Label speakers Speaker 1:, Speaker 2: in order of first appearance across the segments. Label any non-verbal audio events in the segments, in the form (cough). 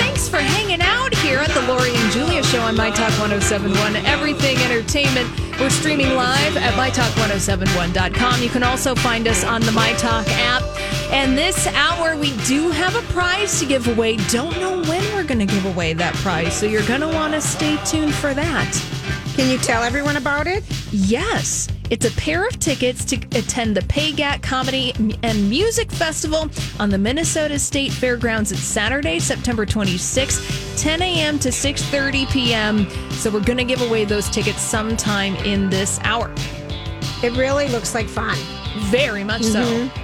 Speaker 1: Thanks for hanging out here at the Lori and Julia show on My Talk 1071, Everything Entertainment. We're streaming live at MyTalk1071.com. You can also find us on the My Talk app. And this hour, we do have a prize to give away. Don't know when we're going to give away that prize, so you're going to want to stay tuned for that.
Speaker 2: Can you tell everyone about it?
Speaker 1: Yes, it's a pair of tickets to attend the Paygat Comedy and Music Festival on the Minnesota State Fairgrounds. It's Saturday, September 26th, 10 a.m. to 6:30 p.m. So we're going to give away those tickets sometime in this hour.
Speaker 2: It really looks like fun.
Speaker 1: Very much
Speaker 3: Mm-hmm.
Speaker 1: so.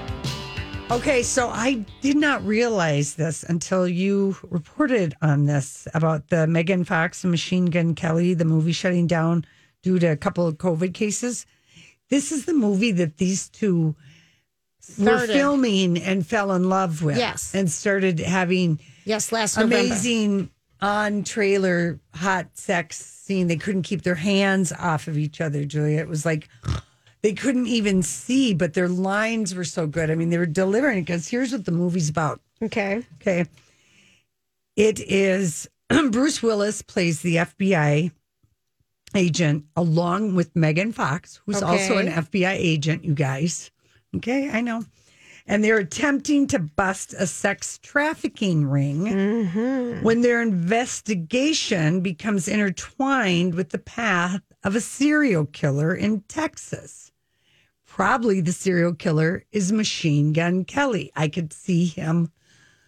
Speaker 3: Okay, so I did not realize this until you reported on this about the Megan Fox and Machine Gun Kelly, the movie shutting down due to a couple of COVID cases. This is the movie that these two were
Speaker 2: Started.
Speaker 3: filming and fell in love with.
Speaker 2: Yes.
Speaker 3: And started having
Speaker 2: Yes, last November.
Speaker 3: amazing on trailer hot sex scene. They couldn't keep their hands off of each other, Julia. It was like they couldn't even see, but their lines were so good. I mean, they were delivering because here's what the movie's about.
Speaker 2: Okay.
Speaker 3: Okay. It is (clears throat) Bruce Willis plays the FBI agent along with Megan Fox, who's also an
Speaker 2: Okay.
Speaker 3: FBI agent, you guys. Okay, I know. And they're attempting to bust a sex trafficking ring
Speaker 2: Mm-hmm.
Speaker 3: when their investigation becomes intertwined with the path of a serial killer in Texas. Probably the serial killer is Machine Gun Kelly. I could see him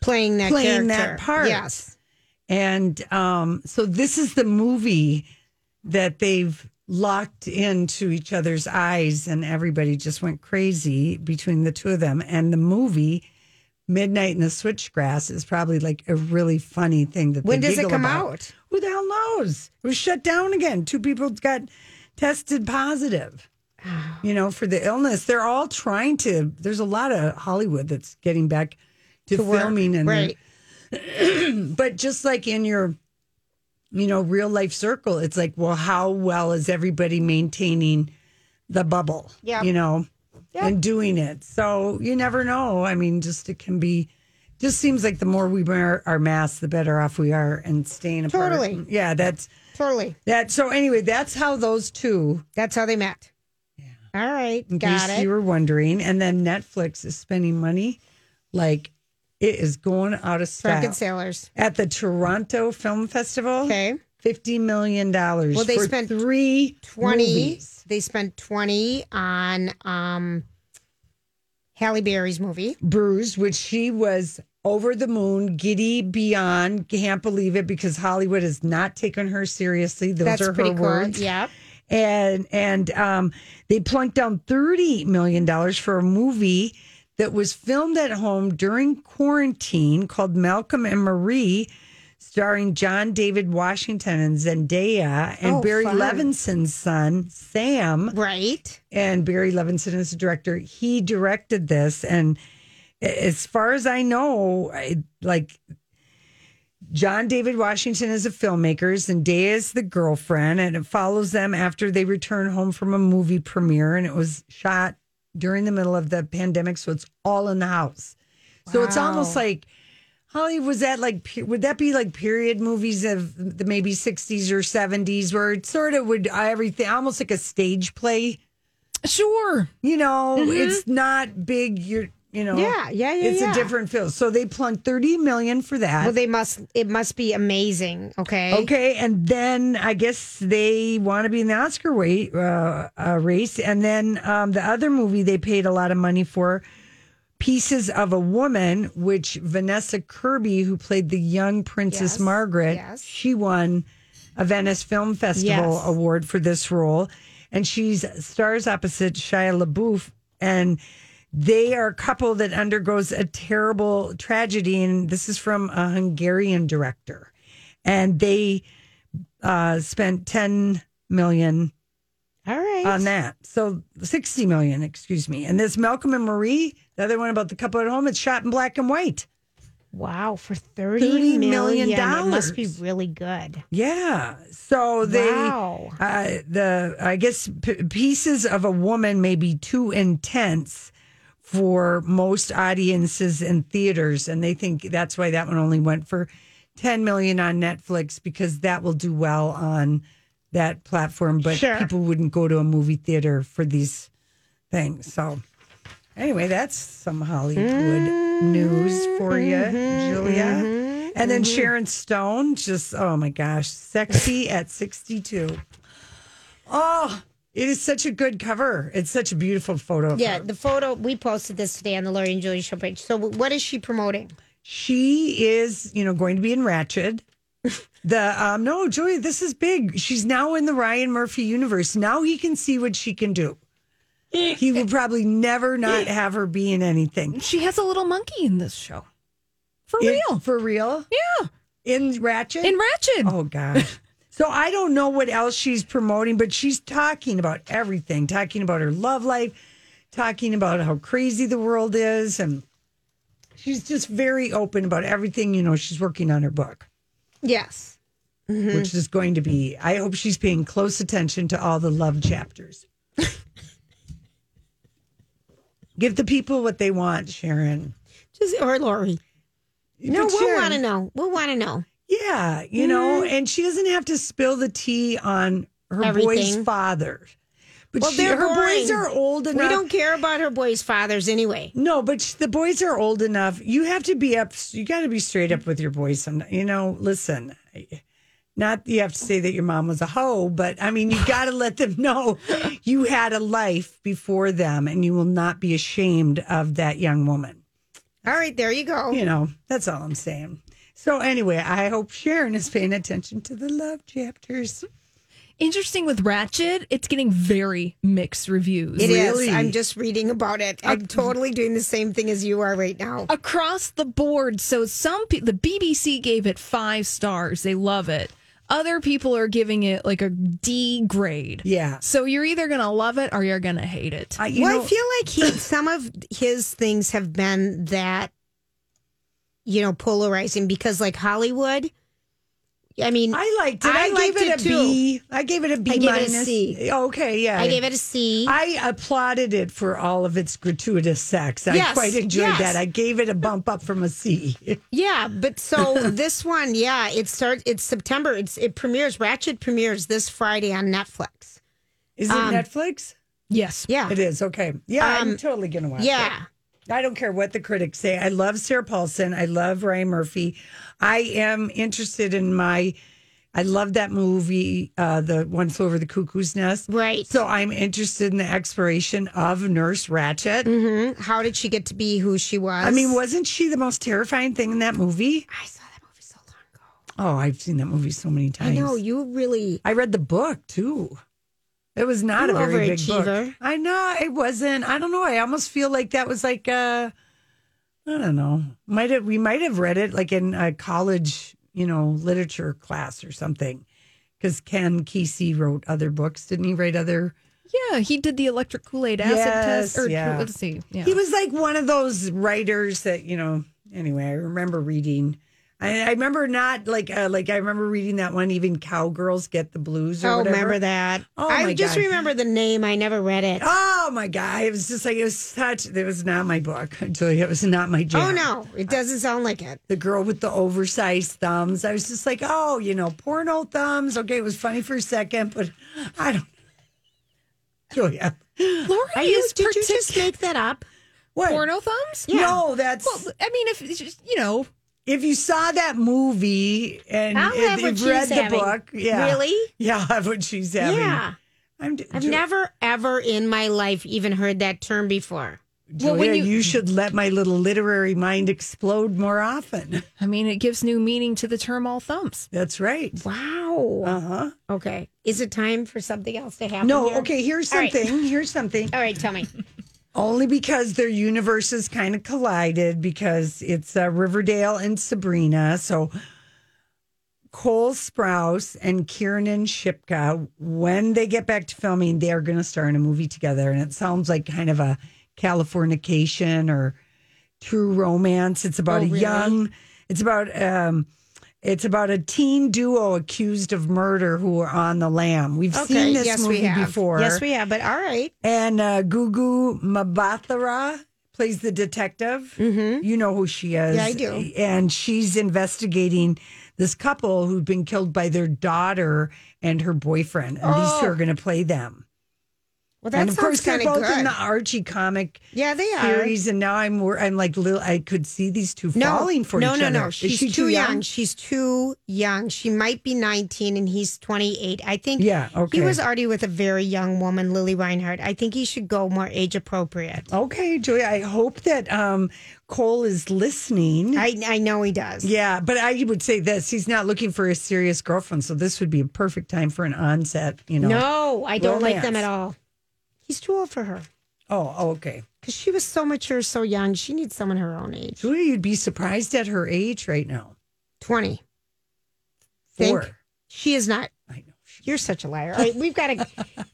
Speaker 2: Playing that
Speaker 3: playing
Speaker 2: character.
Speaker 3: that part.
Speaker 2: Yes.
Speaker 3: And um, so this is the movie that they've locked into each other's eyes, and everybody just went crazy between the two of them. And the movie Midnight in the Switchgrass is probably like a really funny thing that.
Speaker 2: When
Speaker 3: they
Speaker 2: does it
Speaker 3: giggle
Speaker 2: come
Speaker 3: about.
Speaker 2: out?
Speaker 3: Who the hell knows? It was shut down again. Two people got
Speaker 2: (sighs)
Speaker 3: tested positive. You know, for the illness, they're all trying to. There's a lot of Hollywood that's getting back to,
Speaker 2: To work,
Speaker 3: filming and
Speaker 2: right.
Speaker 3: but just like in your you know real life circle it's like well how well is everybody maintaining the bubble
Speaker 2: Yep.
Speaker 3: you know and doing it so you never know i mean just it can be just seems like the more we wear our masks the better off we are and staying apart
Speaker 2: Totally.
Speaker 3: yeah that's
Speaker 2: Totally.
Speaker 3: that so anyway that's how those two
Speaker 2: That's how they met. Yeah. All right.
Speaker 3: in
Speaker 2: Got
Speaker 3: case
Speaker 2: it.
Speaker 3: you were wondering and then netflix is spending money like it is going out of style
Speaker 2: Drunken sailors.
Speaker 3: at the Toronto Film Festival.
Speaker 2: Okay.
Speaker 3: Fifty million dollars.
Speaker 2: Well, they
Speaker 3: for
Speaker 2: spent
Speaker 3: three
Speaker 2: Twenty.
Speaker 3: movies.
Speaker 2: They spent twenty on um Halle Berry's movie.
Speaker 3: Bruise, which she was over the moon, giddy beyond, can't believe it because Hollywood has not taken her seriously. Those
Speaker 2: That's
Speaker 3: are her
Speaker 2: pretty cool.
Speaker 3: words.
Speaker 2: Yep.
Speaker 3: And and um, they plunked down thirty million dollars for a movie that was filmed at home during quarantine called Malcolm and Marie. Starring John David Washington and Zendaya and
Speaker 2: Oh,
Speaker 3: Barry
Speaker 2: fun.
Speaker 3: Levinson's son, Sam.
Speaker 2: Right.
Speaker 3: and Barry Levinson is the director. He directed this, and as far as I know, I, like John David Washington is a filmmaker, Zendaya is the girlfriend, and it follows them after they return home from a movie premiere, and it was shot during the middle of the pandemic, so it's all in the house. So it's almost
Speaker 2: Wow.
Speaker 3: like Hollywood was that like pe- would that be like period movies of the maybe sixties or seventies where it sort of would everything almost like a stage play
Speaker 1: Sure.
Speaker 3: you know it's not big you're You know,
Speaker 2: Mm-hmm. Yeah, yeah, yeah,
Speaker 3: It's
Speaker 2: yeah.
Speaker 3: a different field. So they plunk thirty million for that.
Speaker 2: Well, they must. It must be amazing. Okay.
Speaker 3: Okay, and then I guess they want to be in the Oscar wait, uh, uh, race, and then um, the other movie they paid a lot of money for, Pieces of a Woman, which Vanessa Kirby, who played the young Princess
Speaker 2: Yes,
Speaker 3: Margaret,
Speaker 2: yes.
Speaker 3: she won a Venice Film Festival
Speaker 2: Yes.
Speaker 3: award for this role, and she's stars opposite Shia LaBeouf, and they are a couple that undergoes a terrible tragedy, and this is from a Hungarian director, and they uh, spent ten million
Speaker 2: All right.
Speaker 3: on that, so sixty million, excuse me. And this Malcolm and Marie, the other one about the couple at home, it's shot in black and white.
Speaker 2: wow, for
Speaker 3: $30
Speaker 2: thirty
Speaker 3: million
Speaker 2: million It must be
Speaker 3: dollars.
Speaker 2: really good.
Speaker 3: Yeah, so they.
Speaker 2: wow.
Speaker 3: Uh, the I guess p- pieces of a woman may be too intense for most audiences in theaters, and they think that's why that one only went for ten million on Netflix because that will do well on that platform, but
Speaker 2: Sure.
Speaker 3: people wouldn't go to a movie theater for these things. So anyway, that's some Hollywood news for you, Julia. And then Sharon Stone, just oh my gosh, sexy at 62. Oh, it is such a good cover. It's such a beautiful photo. of
Speaker 2: Yeah,
Speaker 3: her.
Speaker 2: the photo we posted this today on the Lori and Julie show page. So, what is she promoting?
Speaker 3: she is, you know, going to be in Ratchet. The um no, Julia, this is big. She's now in the Ryan Murphy universe. Now he can see what she can do. He will probably never not have her be in anything.
Speaker 1: She has a little monkey in this show. For
Speaker 3: In-
Speaker 1: real.
Speaker 3: For real?
Speaker 1: Yeah.
Speaker 3: In Ratchet?
Speaker 1: In Ratchet.
Speaker 3: Oh gosh. So I don't know what else she's promoting, but she's talking about everything, talking about her love life, talking about how crazy the world is and she's just very open about everything, you know, she's working on her book,
Speaker 2: Yes.
Speaker 1: Mm-hmm.
Speaker 3: which is going to be I hope she's paying close attention to all the
Speaker 1: (laughs)
Speaker 3: love chapters. Give the people what they want, Sharon.
Speaker 2: Just or Lori. No,
Speaker 3: But
Speaker 2: we'll
Speaker 3: Sharon-
Speaker 2: want to know. We'll want to know.
Speaker 3: Yeah, you know,
Speaker 2: Mm-hmm.
Speaker 3: and she doesn't have to spill the tea on her boy's
Speaker 2: Everything.
Speaker 3: father. But
Speaker 2: Well,
Speaker 3: she,
Speaker 2: they're
Speaker 3: her
Speaker 2: boring.
Speaker 3: boys are old enough.
Speaker 2: We don't care about her boys' fathers anyway.
Speaker 3: No, but sh- the boys are old enough. You have to be up. You got to be straight up with your boys. Some, you know. Listen, I- not you have to say that your mom was a hoe, but
Speaker 2: (laughs)
Speaker 3: I mean, you got to let them know you had a life before them, and you will not be ashamed of that young woman.
Speaker 2: All right, there you go.
Speaker 3: You know, that's all I'm saying. So anyway, I hope Sharon is paying attention to the love chapters.
Speaker 1: Interesting with Ratchet, it's getting very mixed reviews.
Speaker 2: It is.
Speaker 3: Really?
Speaker 2: I'm just reading about it. I'm totally doing the same thing as you are right now.
Speaker 1: across the board. So some pe- the BBC gave it five stars. They love it. Other people are giving it like a D grade.
Speaker 3: Yeah.
Speaker 1: So you're either gonna love it or you're gonna hate it.
Speaker 3: I, you
Speaker 2: Well,
Speaker 3: know,
Speaker 2: I feel like
Speaker 3: (coughs)
Speaker 2: he some of his things have been that you know polarizing because like Hollywood. I mean,
Speaker 3: I liked it. I,
Speaker 2: liked
Speaker 3: gave it, a B. I
Speaker 2: too.
Speaker 3: gave it a B
Speaker 2: I gave it a
Speaker 3: minus.
Speaker 2: C.
Speaker 3: Okay, yeah.
Speaker 2: I gave it a C.
Speaker 3: I applauded it for all of its gratuitous sex. I
Speaker 2: Yes,
Speaker 3: quite enjoyed
Speaker 2: yes.
Speaker 3: that. I gave it a bump up from a C. (laughs)
Speaker 2: yeah, but so this one, yeah, it starts. It's September. It's it premieres. Ratchet premieres this Friday on Netflix.
Speaker 3: Is it Netflix?
Speaker 1: yes.
Speaker 2: Um, Yeah, Um,
Speaker 3: It is. Okay. Yeah, I'm totally going to watch it.
Speaker 2: yeah.
Speaker 3: I don't care what the critics say. I love Sarah Paulson. I love Ryan Murphy. I am interested in my. I love that movie, uh, the One Flew Over the Cuckoo's Nest.
Speaker 2: Right.
Speaker 3: So I'm interested in the exploration of Nurse Ratchet.
Speaker 2: Mm-hmm. How did she get to be who she was?
Speaker 3: I mean, wasn't she the most terrifying thing in that movie?
Speaker 2: I saw that movie so long ago.
Speaker 3: Oh, I've seen that movie so many
Speaker 2: I
Speaker 3: times.
Speaker 2: know you really.
Speaker 3: I read the book too. It was not
Speaker 2: You
Speaker 3: a very big book.
Speaker 2: overachiever.
Speaker 3: I know it wasn't. I don't know. I almost feel like that was like uh I don't know. Might have we might have read it like in a college, you know, literature class or something. Because Ken Kesey wrote other books, didn't he? Write other.
Speaker 1: Yeah, he did the electric Kool-Aid acid
Speaker 3: Yes,
Speaker 1: test. Or
Speaker 3: yeah.
Speaker 1: let's see. Yeah.
Speaker 3: He was like one of those writers that you know. Anyway, I remember reading. I, I remember not like uh, like I remember reading that one. Even cowgirls get the blues. Or
Speaker 2: Oh,
Speaker 3: whatever.
Speaker 2: remember that?
Speaker 3: Oh, my
Speaker 2: I just
Speaker 3: God.
Speaker 2: remember the name. I never read it.
Speaker 3: Oh my god! It was just like it was such. It was not my book, (laughs) Julia. It was not my jam.
Speaker 2: Oh no, it doesn't sound like it.
Speaker 3: The girl with the oversized thumbs. I was just like, oh, you know, porno thumbs. Okay, it was funny for a second, but I don't. (laughs) Julia,
Speaker 1: Lori
Speaker 2: Are you,
Speaker 1: is
Speaker 2: did you
Speaker 1: partic-
Speaker 2: just make that up?
Speaker 3: What?
Speaker 1: Porno thumbs?
Speaker 3: No, that's
Speaker 1: Well, I mean, if it's just, you know,
Speaker 3: if you saw that movie and
Speaker 2: I'll have
Speaker 3: if
Speaker 2: what
Speaker 3: you've
Speaker 2: she's
Speaker 3: read the
Speaker 2: having.
Speaker 3: book. Yeah.
Speaker 2: Really?
Speaker 3: Yeah, I'll have what she's having.
Speaker 2: Yeah.
Speaker 3: I'm d-
Speaker 2: I've
Speaker 3: Ju-
Speaker 2: never ever in my life even heard that term before.
Speaker 3: Julia,
Speaker 1: Well, when
Speaker 3: you,
Speaker 1: you-
Speaker 3: should let my little literary mind explode more often. (laughs)
Speaker 1: I mean, it gives new meaning to the term all thumbs.
Speaker 3: That's right.
Speaker 2: Wow.
Speaker 3: Uh huh.
Speaker 2: Okay. Is it time for something else to happen?
Speaker 3: No,
Speaker 2: here?
Speaker 3: okay, here's
Speaker 2: All right.
Speaker 3: something. Here's something.
Speaker 2: All right,
Speaker 3: (laughs)
Speaker 2: tell me.
Speaker 3: Only because their universes kind of collided because it's uh, Riverdale and Sabrina. So Cole Sprouse and Kiernan Shipka, when they get back to filming, they are going to star in a movie together. And it sounds like kind of a Californication or true romance. It's about
Speaker 2: Oh,
Speaker 3: a
Speaker 2: really?
Speaker 3: young, it's about, um, it's about a teen duo accused of murder who are on the lam. We've
Speaker 2: Okay.
Speaker 3: seen this
Speaker 2: yes,
Speaker 3: movie
Speaker 2: we have.
Speaker 3: before.
Speaker 2: Yes, we have. But all right.
Speaker 3: And uh, Gugu Mbatha-Raw plays the detective. Mm-hmm. You know who she is.
Speaker 2: Yeah, I do.
Speaker 3: And she's investigating this couple who've been killed by their daughter and her boyfriend. And these two are going to play them.
Speaker 2: Well, Oh. that
Speaker 3: and of course,
Speaker 2: sounds kind
Speaker 3: they're
Speaker 2: of
Speaker 3: both in
Speaker 2: good.
Speaker 3: the Archie comic
Speaker 2: yeah, they are.
Speaker 3: series. And now I'm wor- I'm like, little, I could see these two
Speaker 2: No,
Speaker 3: falling for
Speaker 2: no,
Speaker 3: each
Speaker 2: no,
Speaker 3: other.
Speaker 2: no.
Speaker 3: Is
Speaker 2: She's
Speaker 3: she
Speaker 2: too young? She's too young. She might be 19 and he's 28. I think
Speaker 3: Yeah, okay.
Speaker 2: he was already with a very young woman, Lily Reinhardt. I think he should go more age appropriate.
Speaker 3: Okay, Julia. I hope that um, Cole is listening.
Speaker 2: I, I know he does.
Speaker 3: Yeah, but I would say this: he's not looking for a serious girlfriend, so this would be a perfect time for an onset. You know?
Speaker 2: No, I don't like them
Speaker 3: Romance.
Speaker 2: at all. He's too old for her
Speaker 3: Oh, oh, okay.
Speaker 2: because she was so mature, so young. She needs someone her own age.
Speaker 3: Julia, you'd be surprised at her age right now.
Speaker 2: 20.
Speaker 3: Four.
Speaker 2: Think? She is not.
Speaker 3: I know. She-
Speaker 2: You're such a liar. All right, we've got
Speaker 3: (laughs)
Speaker 2: to,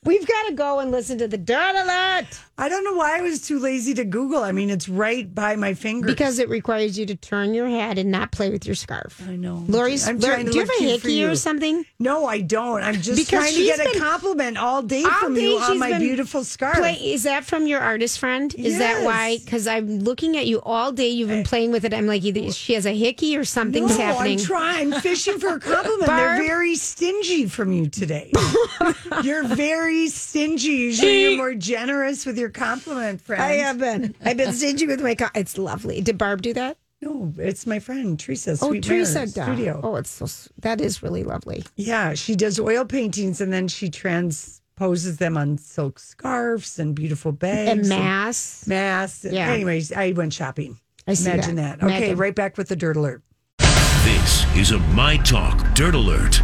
Speaker 2: we've got to go and listen to the dirt alert
Speaker 3: I don't know why I was too lazy to Google. I mean, it's right by my fingers.
Speaker 2: because it requires you to turn your head and not play with your scarf.
Speaker 3: I know.
Speaker 2: Lori's,
Speaker 3: I'm
Speaker 2: Lori,
Speaker 3: trying to
Speaker 2: do you
Speaker 3: look
Speaker 2: have a
Speaker 3: cute for
Speaker 2: hickey
Speaker 3: you.
Speaker 2: or something?
Speaker 3: No, I don't. I'm just
Speaker 2: Because
Speaker 3: trying to
Speaker 2: she's
Speaker 3: get a
Speaker 2: been-
Speaker 3: compliment all day
Speaker 2: All
Speaker 3: from
Speaker 2: day
Speaker 3: you on
Speaker 2: she's
Speaker 3: my
Speaker 2: been
Speaker 3: beautiful scarf.
Speaker 2: Play, is that from your artist friend? Is that why?
Speaker 3: Yes.
Speaker 2: Because I'm looking at you all day. You've been playing with it. I'm like, either she has a hickey or something's
Speaker 3: no,
Speaker 2: happening.
Speaker 3: I'm trying, I'm fishing for a compliment. They're
Speaker 2: Barb?
Speaker 3: very stingy from
Speaker 2: (laughs)
Speaker 3: you today. you're very stingy. Usually you're more generous with your compliment, friend.
Speaker 2: I have been. I've been stingy with my. Co- it's lovely. Did Barb do that?
Speaker 3: No, it's my friend Teresa. Sweet
Speaker 2: oh, Teresa
Speaker 3: Mare's
Speaker 2: does.
Speaker 3: Studio.
Speaker 2: Oh, it's so. s- That is really lovely.
Speaker 3: Yeah, she does oil paintings and then she transposes them on silk scarves and beautiful bags.
Speaker 2: And mass.
Speaker 3: masks. And
Speaker 2: Yeah.
Speaker 3: Anyways, I went shopping.
Speaker 2: I see
Speaker 3: Imagine that.
Speaker 2: that.
Speaker 3: Okay,
Speaker 2: Megan.
Speaker 3: right back with the dirt alert.
Speaker 4: This is a My Talk Dirt Alert.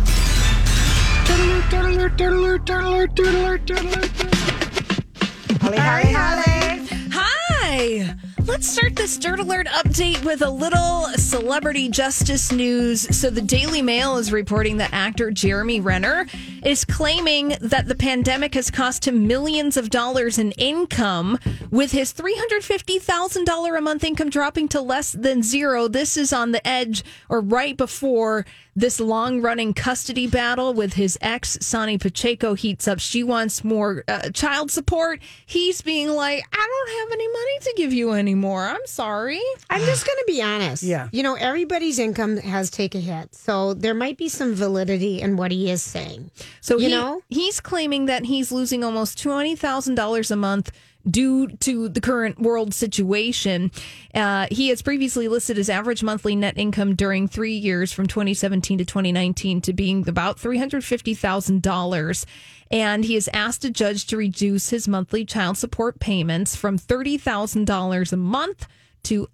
Speaker 2: Holly, Holly,
Speaker 1: Hi! Let's start this Dirt Alert update with a little celebrity justice news. So, the Daily Mail is reporting that actor Jeremy Renner is claiming that the pandemic has cost him millions of dollars in income, with his $350,000 a month income dropping to less than zero. This is on the edge or right before this long running custody battle with his ex, Sonny Pacheco, heats up. She wants more uh, child support. He's being like, I don't have any money to give you anymore. I'm sorry.
Speaker 2: I'm just going to be honest.
Speaker 3: Yeah.
Speaker 2: You know, everybody's income has take a hit, so there might be some validity in what he is saying.
Speaker 1: So,
Speaker 2: You
Speaker 1: he-
Speaker 2: know?
Speaker 1: he's claiming that he's losing almost $20,000 a month due to the current world situation. Uh, he has previously listed his average monthly net income during three years from 2017 to 2019 to being about $350,000. And he has asked a judge to reduce his monthly child support payments from $30,000 a month to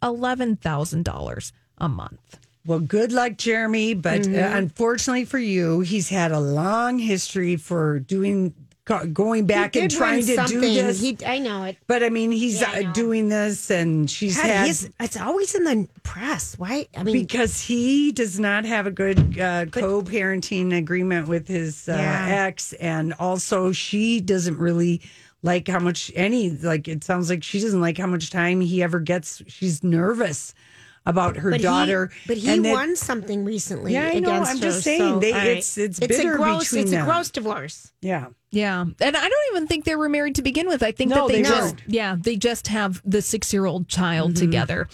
Speaker 1: $11,000 a month.
Speaker 3: Well, good luck, Jeremy. But
Speaker 2: Mm-hmm.
Speaker 3: uh, unfortunately for you, he's had a long history for doing go- going back
Speaker 2: He
Speaker 3: and
Speaker 2: did
Speaker 3: trying
Speaker 2: win
Speaker 3: to do
Speaker 2: something.
Speaker 3: this.
Speaker 2: He, I know it.
Speaker 3: but I mean, he's uh, doing this, and she's
Speaker 2: God,
Speaker 3: had
Speaker 2: he's- it's always in the press. Why? I mean,
Speaker 3: because he does not have a good uh, co-parenting agreement with his uh,
Speaker 2: Yeah.
Speaker 3: ex, and also she doesn't really like how much any like. It sounds like she doesn't like how much time he ever gets. She's nervous about her
Speaker 2: but
Speaker 3: daughter.
Speaker 2: He, but he
Speaker 3: and that-
Speaker 2: won something recently.
Speaker 3: Yeah, I know.
Speaker 2: against
Speaker 3: I'm
Speaker 2: her,
Speaker 3: just saying,
Speaker 2: so,
Speaker 3: they-
Speaker 2: all right.
Speaker 3: it's- it's bitter
Speaker 2: a gross.
Speaker 3: between
Speaker 2: it's
Speaker 3: them.
Speaker 2: a gross divorce.
Speaker 3: Yeah.
Speaker 1: Yeah. And I don't even think they were married to begin with. I think
Speaker 3: No,
Speaker 1: that they,
Speaker 3: they
Speaker 1: just
Speaker 3: weren't. Mm-hmm.
Speaker 1: yeah, they just have the 6-year-old child together.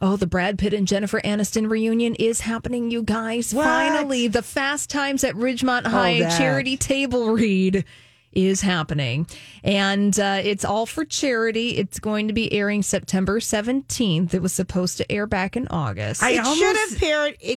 Speaker 1: Oh, the Brad Pitt and Jennifer Aniston reunion is happening, you guys.
Speaker 3: What? Oh,
Speaker 1: Finally, the Fast Times at Ridgemont High
Speaker 3: that.
Speaker 1: charity table read is happening. And uh, it's all for charity. It's going to be airing September 17th. It was supposed to air back in August.
Speaker 3: I
Speaker 2: it should
Speaker 3: almost-
Speaker 2: have paired. It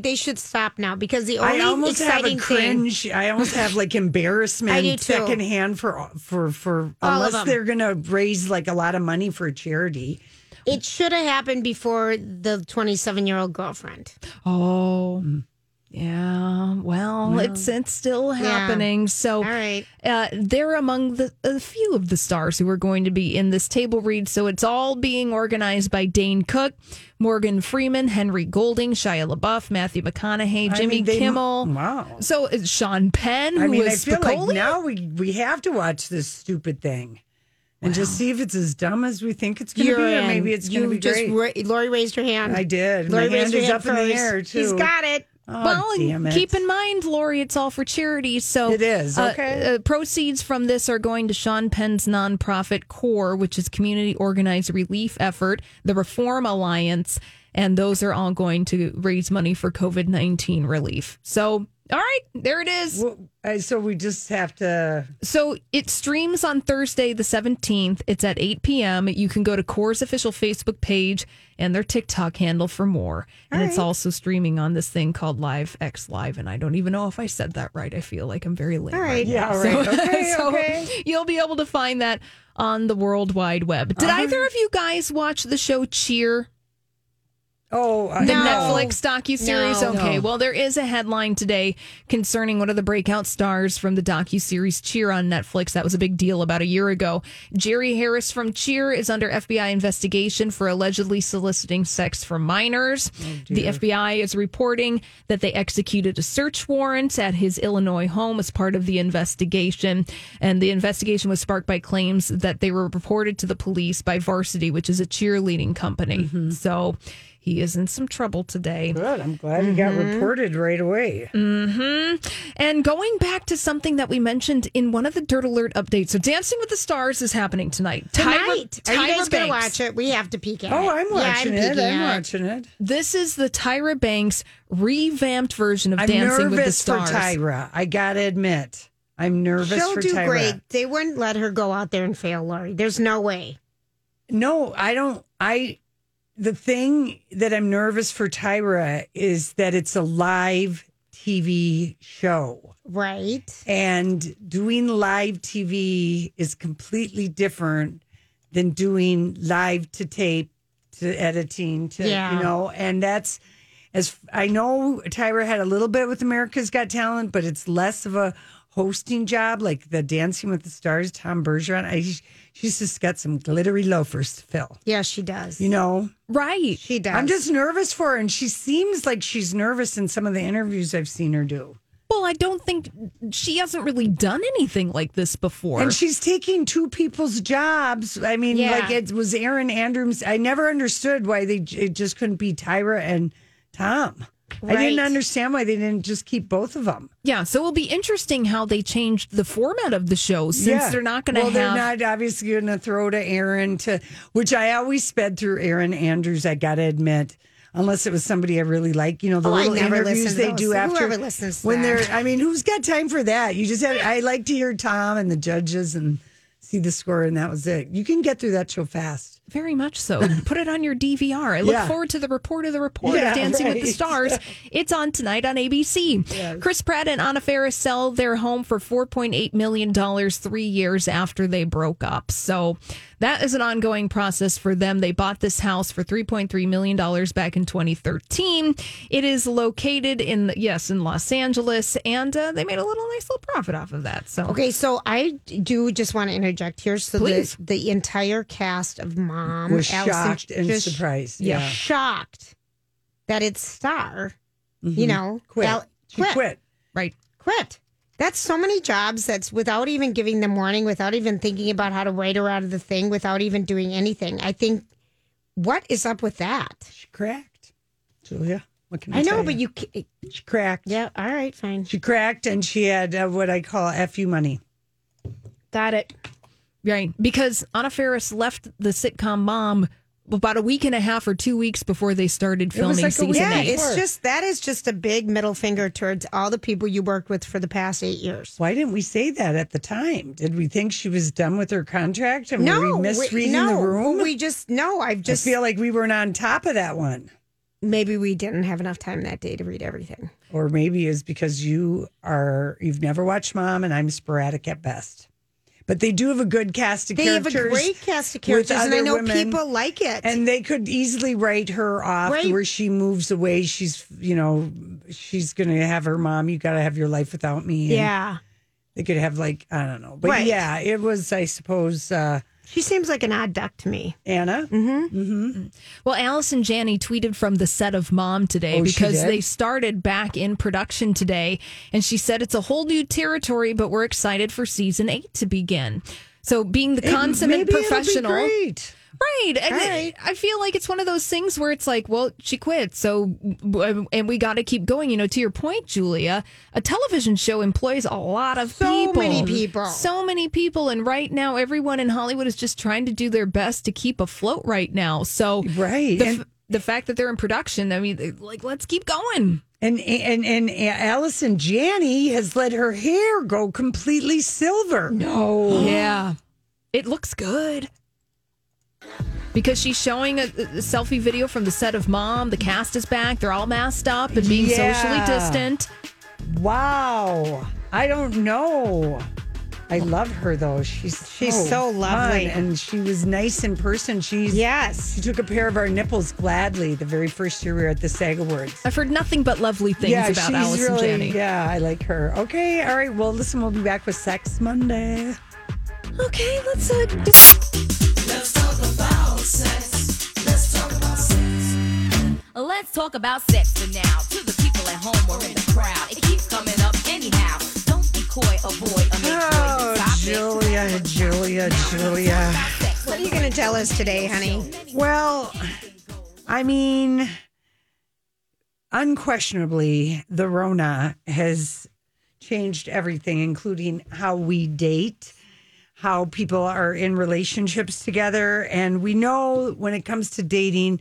Speaker 2: they should stop now because the only
Speaker 3: I almost have a
Speaker 2: exciting thing.
Speaker 3: cringe. I almost
Speaker 2: (laughs)
Speaker 3: have like embarrassment
Speaker 2: I do too.
Speaker 3: secondhand for for for
Speaker 2: All of
Speaker 3: unless
Speaker 2: them.
Speaker 3: they're gonna raise like a lot of money for charity.
Speaker 2: It should have happened before the 27 year old girlfriend.
Speaker 1: Oh, yeah. Well, it's it's still happening. So,
Speaker 3: Oh,
Speaker 2: All right.
Speaker 1: uh, they're among the a few of the stars who are going to be in this table read. So it's all being organized by Dane Cook, Morgan Freeman, Henry Golding, Shia LaBeouf, Matthew McConaughey,
Speaker 3: I
Speaker 1: Jimmy
Speaker 3: mean, they-
Speaker 1: Kimmel.
Speaker 3: Wow.
Speaker 1: So it's Sean Penn, who
Speaker 3: I mean, I
Speaker 1: was
Speaker 3: feel
Speaker 1: Spicoli?
Speaker 3: like now we we have to watch this stupid thing and just see if it's as dumb as we think it's gonna
Speaker 2: You're
Speaker 3: be, or
Speaker 2: in.
Speaker 3: maybe it's gonna
Speaker 2: you
Speaker 3: be
Speaker 2: just
Speaker 3: great.
Speaker 2: ra- Lori raised her hand.
Speaker 3: I did.
Speaker 2: Lori
Speaker 3: My hand
Speaker 2: raised her
Speaker 3: is
Speaker 2: hand
Speaker 3: up in the
Speaker 2: first.
Speaker 3: air too.
Speaker 2: He's got it.
Speaker 3: Oh,
Speaker 1: well, and
Speaker 3: damn it.
Speaker 1: keep in mind, Lori, it's all for charity. So
Speaker 3: It is,
Speaker 1: uh,
Speaker 3: okay.
Speaker 1: uh, proceeds from this are going to Sean Penn's nonprofit CORE, which is Community Organized Relief Effort, the Reform Alliance, and those are all going to raise money for COVID nineteen relief. So, all right, there it is.
Speaker 3: Well, I- so we just have to.
Speaker 1: So it streams on Thursday, the 17th. It's at 8 p.m. You can go to Core's official Facebook page and their TikTok handle for more. And it's also streaming on this thing called Live X Live. And I don't even know if I said that right. I feel like I'm very late. right. now.
Speaker 3: (laughs) Yeah, all right. Okay,
Speaker 1: (laughs) So
Speaker 3: okay.
Speaker 1: you'll be able to find that on the World Wide Web. Did
Speaker 3: Um,
Speaker 1: either of you guys watch the show Cheer?
Speaker 3: Oh, I
Speaker 1: The
Speaker 3: know.
Speaker 1: Netflix docuseries?
Speaker 2: No.
Speaker 1: Okay,
Speaker 3: No.
Speaker 1: well, there is a headline today concerning one of the breakout stars from the docuseries Cheer on Netflix. That was a big deal about a year ago. Jerry Harris from Cheer is under FBI investigation for allegedly soliciting sex from minors. the FBI is reporting that they executed a search warrant at his Illinois home as part of the investigation. And the investigation was sparked by claims that they were reported to the police by Varsity, which is a cheerleading company. So. He is in some trouble today.
Speaker 3: Good. I'm glad he got
Speaker 2: Mm-hmm.
Speaker 3: reported right away.
Speaker 1: Mm, And going back to something that we mentioned in one of the Dirt Alert updates, so Dancing with the Stars is happening tonight.
Speaker 2: Tonight.
Speaker 1: Tyra,
Speaker 2: Are you
Speaker 1: Tyra
Speaker 2: guys going to
Speaker 1: Banks.
Speaker 2: watch it? We have to peek at it.
Speaker 3: Oh, I'm watching
Speaker 2: yeah, I'm
Speaker 3: it.
Speaker 2: peeking
Speaker 3: I'm
Speaker 2: at it.
Speaker 3: watching it.
Speaker 1: This is the Tyra Banks revamped version of
Speaker 3: I'm
Speaker 1: Dancing
Speaker 3: nervous
Speaker 1: with the Stars.
Speaker 3: for Tyra. I gotta admit, I'm nervous
Speaker 2: She'll
Speaker 3: for
Speaker 2: do
Speaker 3: Tyra.
Speaker 2: great. They wouldn't let her go out there and fail, Lori. There's no way.
Speaker 3: No, I don't. I the thing that I'm nervous for Tyra is that it's a live TV show,
Speaker 2: Right.
Speaker 3: and doing live TV is completely different than doing live to tape to editing to
Speaker 2: Yeah.
Speaker 3: you know, and that's. As I know, Tyra had a little bit with America's Got Talent, but it's less of a hosting job like the Dancing with the Stars. Tom Bergeron, I, she's just got some glittery loafers to fill.
Speaker 2: Yeah, she does.
Speaker 3: You know,
Speaker 1: Right.
Speaker 2: she does.
Speaker 3: I'm just nervous for her, and she seems like she's nervous in some of the interviews I've seen her do.
Speaker 1: Well, I don't think she hasn't really done anything like this before.
Speaker 3: And she's taking two people's jobs. I mean,
Speaker 2: Yeah.
Speaker 3: like it was Aaron Andrews. I never understood why they it just couldn't be Tyra and Tom. I
Speaker 2: Right.
Speaker 3: didn't understand why they didn't just keep both of them.
Speaker 1: yeah, so it'll be interesting how they changed the format of the show since they're not going to
Speaker 3: Well,
Speaker 1: have.
Speaker 3: they're not obviously going to throw to Aaron to, which I always sped through Aaron Andrews. I got to admit, unless it was somebody I really like, you know, the
Speaker 2: Oh, I
Speaker 3: little
Speaker 2: never listen
Speaker 3: interviews
Speaker 2: to
Speaker 3: they
Speaker 2: those.
Speaker 3: do after.
Speaker 2: Whoever listens to
Speaker 3: when
Speaker 2: that.
Speaker 3: they're, I mean, who's got time for that? You just have. I like to hear Tom and the judges and see the score, and that was it. You can get through that show fast.
Speaker 1: Very much so. Put it on your DVR. I look
Speaker 3: Yeah.
Speaker 1: forward to the report of the report
Speaker 3: Yeah,
Speaker 1: of Dancing with the
Speaker 3: right.
Speaker 1: Stars.
Speaker 3: (laughs)
Speaker 1: It's on tonight on ABC. Chris Pratt and Anna Faris sell their home for $4.8 million three years after they broke up. So that is an ongoing process for them. They bought this house for $3.3 million back in 2013. It is located in, yes, in Los Angeles, and uh, they made a little nice little profit off of that. So,
Speaker 2: Okay, so I do just want to interject here. So
Speaker 1: Please.
Speaker 2: the, the entire cast of Mom
Speaker 3: was
Speaker 2: Allison,
Speaker 3: shocked and
Speaker 2: just
Speaker 3: surprised.
Speaker 1: yeah.
Speaker 3: Yeah.
Speaker 2: Shocked that its star, you know,
Speaker 3: Mm-hmm. Quit.
Speaker 2: Al-
Speaker 3: She
Speaker 2: quit,
Speaker 3: quit.
Speaker 1: right.
Speaker 2: quit. That's so many jobs. That's without even giving them warning, without even thinking about how to write her out of the thing, without even doing anything. I think, what is up with that?
Speaker 3: She cracked. Julia, what can I,
Speaker 2: I know,
Speaker 3: tell
Speaker 2: but you, ca-
Speaker 3: She cracked.
Speaker 2: yeah, all right, fine,
Speaker 3: She cracked and she had uh, what I call FU money.
Speaker 2: got it.
Speaker 1: Right. Because Anna Faris left the sitcom Mom about a week and a half or two weeks before they started
Speaker 3: It was
Speaker 1: filming
Speaker 3: like a
Speaker 1: season
Speaker 3: week.
Speaker 2: Yeah,
Speaker 1: eight.
Speaker 2: it's just that is just a big middle finger towards all the people you worked with for the past eight years.
Speaker 3: Why didn't we say that at the time? Did we think she was done with her contract and were we misreading
Speaker 2: no,
Speaker 3: the room?
Speaker 2: We just no. I've
Speaker 3: just
Speaker 2: just
Speaker 3: feel like we weren't on top of that one.
Speaker 2: maybe we didn't have enough time that day to read everything.
Speaker 3: Or maybe it's because you are you've never watched Mom and I'm sporadic at best. But they do have a good cast of
Speaker 2: They have
Speaker 3: characters.
Speaker 2: a great cast of
Speaker 3: with
Speaker 2: characters, and I
Speaker 3: other
Speaker 2: know
Speaker 3: women.
Speaker 2: people like it.
Speaker 3: And they could easily write her off
Speaker 2: Right.
Speaker 3: where she moves away. She's, you know, she's going to have her mom. You got to have your life without me. And
Speaker 2: yeah,
Speaker 3: They could have, like, I don't know. But
Speaker 2: Right.
Speaker 3: yeah, it was, I suppose, uh,
Speaker 2: she seems like an odd duck to me.
Speaker 3: Anna.
Speaker 1: Mm-hmm. Well, Allison Janney tweeted from the set of Mom today
Speaker 3: Oh, she
Speaker 1: because
Speaker 3: did?
Speaker 1: they started back in production today. And she said it's a whole new territory, but we're excited for season eight to begin. So, being the consummate
Speaker 3: Maybe it'll be
Speaker 1: professional.
Speaker 3: great.
Speaker 1: Right. And then I feel like it's one of those things where it's like, well, she quit. So, and we got to keep going. You know, to your point, Julia, a television show employs a lot of
Speaker 2: So
Speaker 1: people.
Speaker 2: many people.
Speaker 1: So many people. And right now, everyone in Hollywood is just trying to do their best to keep afloat right now. So,
Speaker 3: Right.
Speaker 1: The, f-
Speaker 3: and,
Speaker 1: the fact that they're in production, I mean, they- like, let's keep going.
Speaker 3: and, and, and Allison Janney has let her hair go completely silver.
Speaker 1: No. Yeah. It looks good. Because she's showing a, a selfie video from the set of Mom. The cast is back. They're all masked up and being
Speaker 3: Yeah.
Speaker 1: socially distant.
Speaker 3: Wow. I don't know. I love her though. She's
Speaker 2: She's
Speaker 1: Oh,
Speaker 2: so lovely.
Speaker 3: fun, and she was nice in person. She's She
Speaker 2: Yes,
Speaker 3: took a pair of our nipples gladly the very first year we were at the SAG Awards.
Speaker 1: I've heard nothing but lovely things about Alice and Janney.
Speaker 3: Yeah, I like her. Okay, all right. Well, listen, we'll be back with Sex Monday.
Speaker 1: Okay, let's uh, do-
Speaker 5: Let's talk about sex for now. To the people at home or in the crowd, it keeps coming up anyhow. Don't be coy, avoid, or make
Speaker 3: Oh,
Speaker 5: choices.
Speaker 3: Julia, Julia, Julia.
Speaker 2: what are you going to tell us today, honey?
Speaker 3: Well, I mean, unquestionably, the Rona has changed everything, including how we date, how people are in relationships together. And we know when it comes to dating,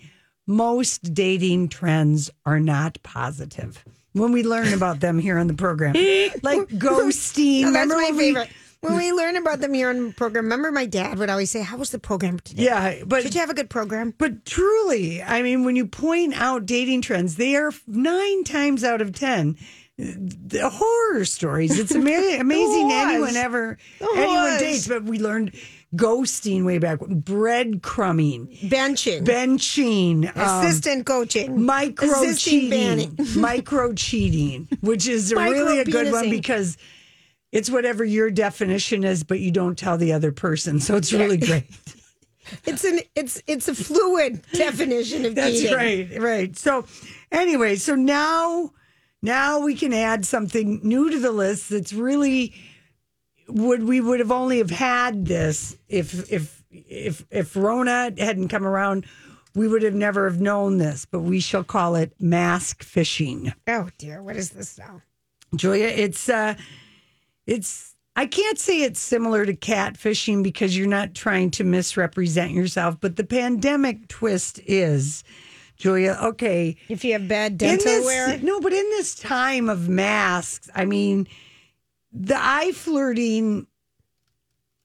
Speaker 3: most dating trends are not positive. When we learn about them here on
Speaker 2: (laughs)
Speaker 3: the program, like ghosting,
Speaker 2: No, that's
Speaker 3: remember
Speaker 2: my
Speaker 3: when we-
Speaker 2: favorite. When we learn about them here on the program, remember my dad would always say, "How was the program today?
Speaker 3: yeah, but
Speaker 2: Did you have a good program?"
Speaker 3: But truly, I mean, when you point out dating trends, they are nine times out of ten the horror stories. It's ama- amazing anyone ever anyone
Speaker 2: was.
Speaker 3: dates. But we learned ghosting way back, breadcrumbing,
Speaker 2: Benching,
Speaker 3: benching, um,
Speaker 2: assistant coaching,
Speaker 3: micro
Speaker 2: assisting (laughs)
Speaker 3: cheating,
Speaker 2: banning.
Speaker 3: micro cheating, which is really a good one
Speaker 2: Micropenising.
Speaker 3: because. It's whatever your definition is, but you don't tell the other person. So it's really great.
Speaker 2: It's an it's it's a
Speaker 3: (laughs)
Speaker 2: fluid definition of
Speaker 3: That's
Speaker 2: dating.
Speaker 3: right, right. So, anyway, so now, now we can add something new to the list. That's really would we would have only have had this if if if if Rona hadn't come around, we would have never have known this. But we shall call it mask fishing,
Speaker 2: Oh dear, what is this now?
Speaker 3: Julia. It's uh, it's. I can't say it's similar to catfishing because you're not trying to misrepresent yourself, but the pandemic twist is, Julia, okay,
Speaker 2: If you have bad
Speaker 3: in
Speaker 2: dental
Speaker 3: this,
Speaker 2: wear,
Speaker 3: No, but in this time of masks, I mean, the eye flirting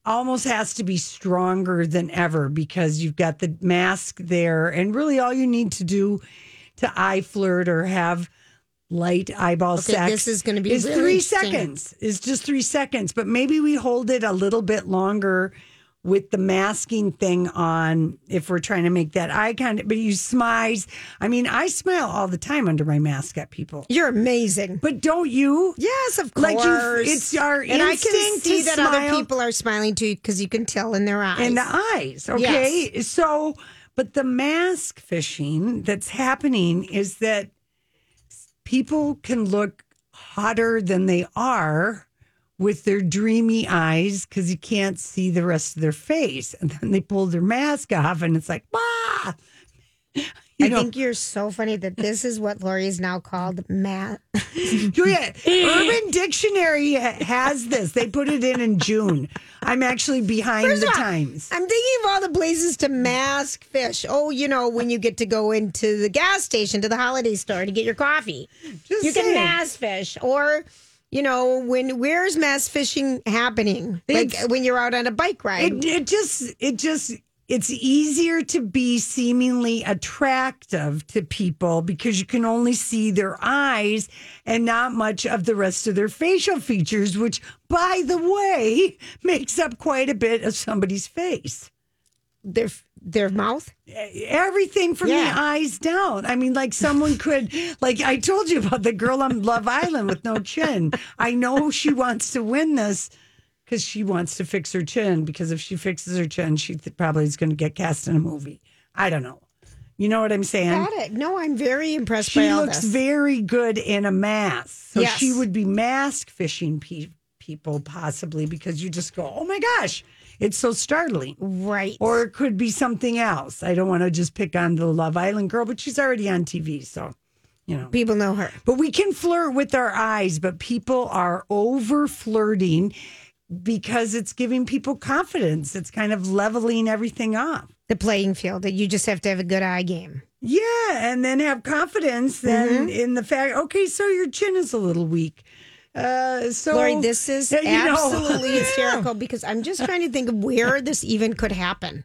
Speaker 3: almost has to be stronger than ever because you've got the mask there, and really all you need to do to eye flirt or have light eyeball
Speaker 2: Okay,
Speaker 3: sex
Speaker 2: this is gonna be
Speaker 3: is
Speaker 2: really
Speaker 3: three
Speaker 2: interesting.
Speaker 3: seconds is just three seconds but maybe we hold it a little bit longer with the masking thing on if we're trying to make that eye contact but you smize i mean i smile all the time under my mask at people
Speaker 2: You're amazing.
Speaker 3: but don't you
Speaker 2: Yes, of course.
Speaker 3: Like you- it's our
Speaker 2: and I can
Speaker 3: instinct to
Speaker 2: see that other
Speaker 3: smile. uh,
Speaker 2: people are smiling too because you can tell in their eyes.
Speaker 3: in the eyes. Okay. So, but the mask fishing that's happening is that people can look hotter than they are with their dreamy eyes because you can't see the rest of their face. And then they pull their mask off and it's like,
Speaker 2: (laughs)
Speaker 3: ah. You
Speaker 2: I
Speaker 3: know,
Speaker 2: think you're so funny that this is what Lori is now called
Speaker 3: (laughs)
Speaker 2: Matt.
Speaker 3: Julia, Urban Dictionary ha- has this. They put it in in June. I'm actually behind the
Speaker 2: of all,
Speaker 3: times.
Speaker 2: I'm thinking of all the places to mask fish. Oh, you know, when you get to go into the gas station, to the holiday store to get your coffee.
Speaker 3: Just
Speaker 2: you can
Speaker 3: saying.
Speaker 2: mask fish. Or, you know, when where's mass fishing happening?
Speaker 3: It's-
Speaker 2: like when you're out on a bike ride.
Speaker 3: It, it just, it just, it's easier to be seemingly attractive to people because you can only see their eyes and not much of the rest of their facial features, which, by the way, (laughs) makes up quite a bit of somebody's face.
Speaker 2: their their mouth.
Speaker 3: Everything from
Speaker 2: Yeah.
Speaker 3: the eyes down. I mean, like someone could, like I told you about the girl on Love Island with no chin. I know she wants to win this because she wants to fix her chin. Because if she fixes her chin, she th- probably is going to get cast in a movie. I don't know. You know what I'm saying?
Speaker 2: Got it. No, I'm very impressed by
Speaker 3: She
Speaker 2: all
Speaker 3: looks
Speaker 2: this.
Speaker 3: very good in a mask. So
Speaker 2: Yes.
Speaker 3: she would be mask fishing pe- people possibly because you just go, oh my gosh, it's so startling.
Speaker 2: right.
Speaker 3: Or it could be something else. I don't want to just pick on the Love Island girl, but she's already on TV. So, you know.
Speaker 2: people know her.
Speaker 3: But we can flirt with our eyes, but people are over flirting because it's giving people confidence. It's kind of leveling everything up.
Speaker 2: The playing field that you just have to have a good eye game.
Speaker 3: Yeah, and then have confidence
Speaker 2: Mm-hmm.
Speaker 3: then in the fact, okay, so your chin is a little weak. Uh, so
Speaker 2: Lori, this is
Speaker 3: Yeah, (laughs) you know.
Speaker 2: absolutely
Speaker 3: (laughs)
Speaker 2: hysterical because I'm just trying to think of where this even could happen.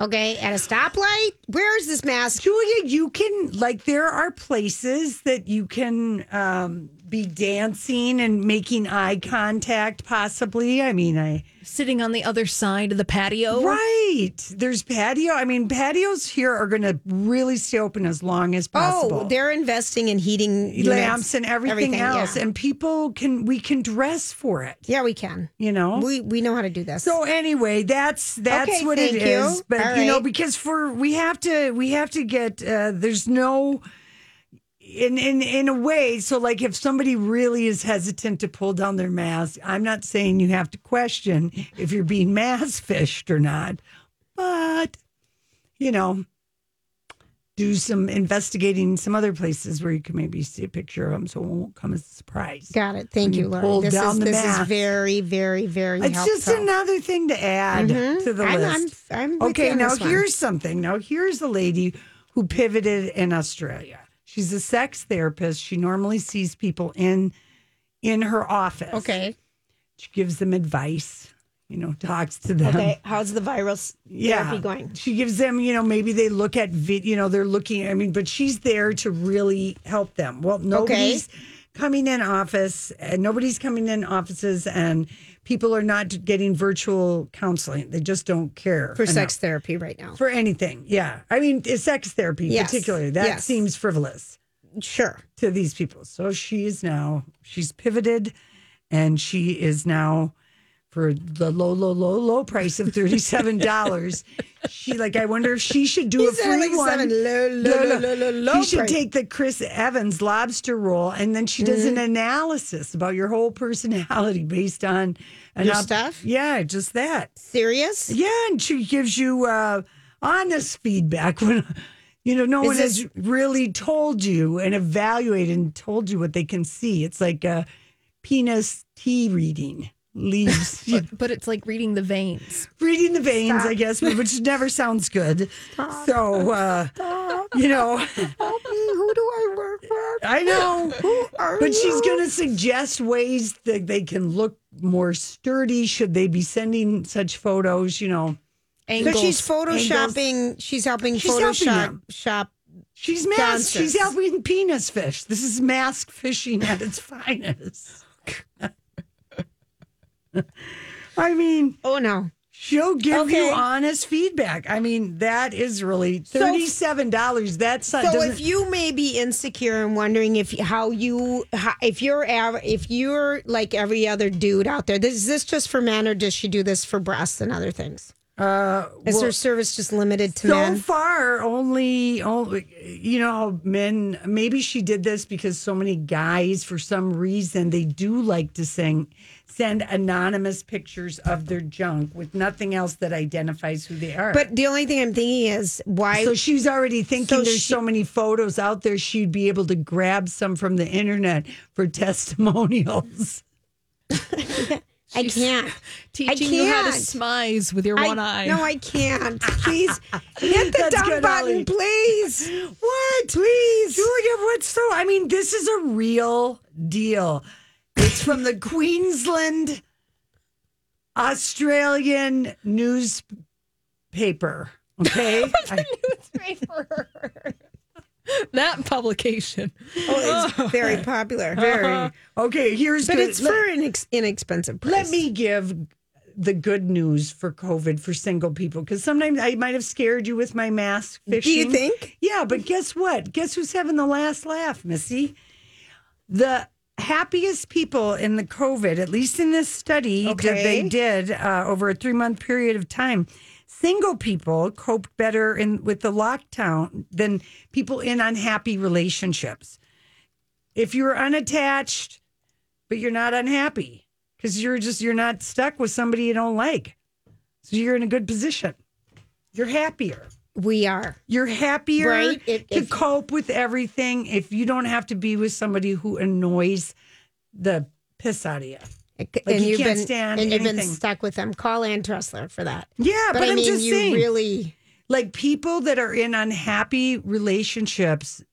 Speaker 2: Okay, at a stoplight, where is this mask?
Speaker 3: Julia, you can like there are places that you can um, be dancing and making eye contact. Possibly, I mean, I
Speaker 1: Sitting on the other side of the patio.
Speaker 3: right. There's patio. I mean, patios here are going to really stay open as long as possible.
Speaker 2: Oh, they're investing in heating units,
Speaker 3: lamps and everything, else,
Speaker 2: Yeah.
Speaker 3: and people can we can dress for it.
Speaker 2: yeah, we can.
Speaker 3: You know,
Speaker 2: We we know how to do this.
Speaker 3: So anyway, that's that's
Speaker 2: Okay,
Speaker 3: what it
Speaker 2: thank you.
Speaker 3: is. But
Speaker 2: All
Speaker 3: you know,
Speaker 2: right.
Speaker 3: because for we have to we have to get uh, there's no in in in a way. So like, if somebody really is hesitant to pull down their mask, I'm not saying you have to question if you're being (laughs) mask fished or not, but you know. Do some investigating some other places where you can maybe see a picture of them, so it won't come as a surprise.
Speaker 2: got it. Thank
Speaker 3: When
Speaker 2: you,
Speaker 3: you
Speaker 2: Lori.
Speaker 3: pull
Speaker 2: This
Speaker 3: down
Speaker 2: is
Speaker 3: the
Speaker 2: this
Speaker 3: mask.
Speaker 2: is very very very
Speaker 3: It's
Speaker 2: helpful.
Speaker 3: just another thing to add to the
Speaker 2: Mm-hmm. I'm- I'm-
Speaker 3: list.
Speaker 2: I'm with you
Speaker 3: okay.
Speaker 2: on
Speaker 3: now
Speaker 2: this one.
Speaker 3: here's something. Now here's a lady who pivoted in Australia. She's a sex therapist. She normally sees people in in her office.
Speaker 2: okay.
Speaker 3: She gives them advice. You know, talks to them.
Speaker 2: (laughs) Okay, how's the virus therapy going?
Speaker 3: She gives them, you know, maybe they look at, vid- you know, they're looking. I mean, but she's there to really help them. Well, nobody's coming in office, and nobody's coming in offices, and people are not getting virtual counseling. They just don't care
Speaker 2: for
Speaker 3: enough.
Speaker 2: sex therapy right now.
Speaker 3: for anything. Yeah, I mean, it's sex therapy
Speaker 2: Yes.
Speaker 3: particularly that
Speaker 2: Yes.
Speaker 3: seems frivolous
Speaker 2: Sure.
Speaker 3: to these people. So she is now she's pivoted, and she is now for the low, low, low, low price of thirty seven dollars.
Speaker 2: (laughs)
Speaker 3: she like I wonder if she should do
Speaker 2: He
Speaker 3: a
Speaker 2: said
Speaker 3: free
Speaker 2: like
Speaker 3: one.
Speaker 2: seven, low, low,
Speaker 3: No,
Speaker 2: low,
Speaker 3: no.
Speaker 2: low, low
Speaker 3: She should
Speaker 2: price.
Speaker 3: take the Chris Evans lobster roll, and then she does an
Speaker 2: Mm-hmm.
Speaker 3: analysis about your whole personality based on an
Speaker 2: Your stuff?
Speaker 3: Yeah, just that.
Speaker 2: Serious?
Speaker 3: Yeah, and she gives you uh, honest feedback (laughs) when you know no
Speaker 2: Is
Speaker 3: one
Speaker 2: this-
Speaker 3: has really told you and evaluated and told you what they can see. It's like a penis tea reading.
Speaker 2: (laughs)
Speaker 3: Leaves you- (laughs)
Speaker 1: But it's like reading the veins.
Speaker 3: reading the veins, I guess, which never sounds good. So uh, you know,
Speaker 2: Help me. Who do I work for?
Speaker 3: I know. but she's going to suggest ways that they can look more sturdy should they be sending such photos, you know.
Speaker 2: Because
Speaker 1: Angles.
Speaker 2: she's photoshopping. She's helping
Speaker 3: She's helping
Speaker 2: Photoshop
Speaker 3: them.
Speaker 2: shop.
Speaker 3: She's masked.
Speaker 2: Dancers.
Speaker 3: She's helping penis fish. This is mask fishing at its (laughs) finest. (laughs) I mean,
Speaker 2: Oh no!
Speaker 3: she'll give
Speaker 2: Okay.
Speaker 3: you honest feedback. I mean, that is really thirty-seven dollars. That's not,
Speaker 2: So
Speaker 3: doesn't-
Speaker 2: if you may be insecure and wondering if how you how, if you're av- if you're like every other dude out there, this, is this just for men or does she do this for breasts and other things?
Speaker 3: uh,
Speaker 2: Is
Speaker 3: well,
Speaker 2: her service just limited to
Speaker 3: so
Speaker 2: men?
Speaker 3: far only, only you know how men maybe she did this because so many guys for some reason they do like to sing send anonymous pictures of their junk with nothing else that identifies who they are
Speaker 2: But the only thing I'm thinking is why.
Speaker 3: so she's already thinking
Speaker 2: So
Speaker 3: there's
Speaker 2: she-
Speaker 3: so many photos out there she'd be able to grab some from the internet for testimonials (laughs)
Speaker 2: I can't.
Speaker 1: Teaching
Speaker 2: I
Speaker 1: you how to
Speaker 2: can't.
Speaker 1: smize with your
Speaker 2: I-
Speaker 1: one eye.
Speaker 2: No, I can't. Please hit the
Speaker 3: That's
Speaker 2: dumb
Speaker 3: good,
Speaker 2: button,
Speaker 3: Ollie.
Speaker 2: please.
Speaker 3: (laughs) what
Speaker 2: Please.
Speaker 3: julia what's so i mean this is a real deal it's from the queensland australian newspaper (laughs) okay I-
Speaker 1: (laughs) that publication.
Speaker 2: Oh, it's (laughs) very popular. Very.
Speaker 3: okay here's
Speaker 2: But
Speaker 3: Uh-huh. good-
Speaker 2: it's
Speaker 3: let-
Speaker 2: for an ex- inexpensive price.
Speaker 3: Let me give the good news for COVID for single people because sometimes I might have scared you with my mask
Speaker 2: Do
Speaker 3: fishing.
Speaker 2: you think?
Speaker 3: Yeah, but guess what? Guess who's having the last laugh, Missy? The happiest people in the COVID, at least in this study that
Speaker 2: Okay.
Speaker 3: they did uh, over a three month period of time, single people coped better in with the lockdown than people in unhappy relationships. If you're unattached, but you're not unhappy because you're just you're not stuck with somebody you don't like, so you're in a good position. You're happier.
Speaker 2: We are.
Speaker 3: You're happier
Speaker 2: Right, if-
Speaker 3: to
Speaker 2: if-
Speaker 3: cope with everything if you don't have to be with somebody who annoys the piss out of you. you
Speaker 2: and you've
Speaker 3: can't
Speaker 2: been
Speaker 3: stand
Speaker 2: and you've been
Speaker 3: anything.
Speaker 2: stuck with them. Call Ann Tressler for that.
Speaker 3: Yeah, but,
Speaker 2: I
Speaker 3: I'm
Speaker 2: mean,
Speaker 3: just
Speaker 2: you
Speaker 3: saying,
Speaker 2: really.
Speaker 3: like people that are in unhappy relationships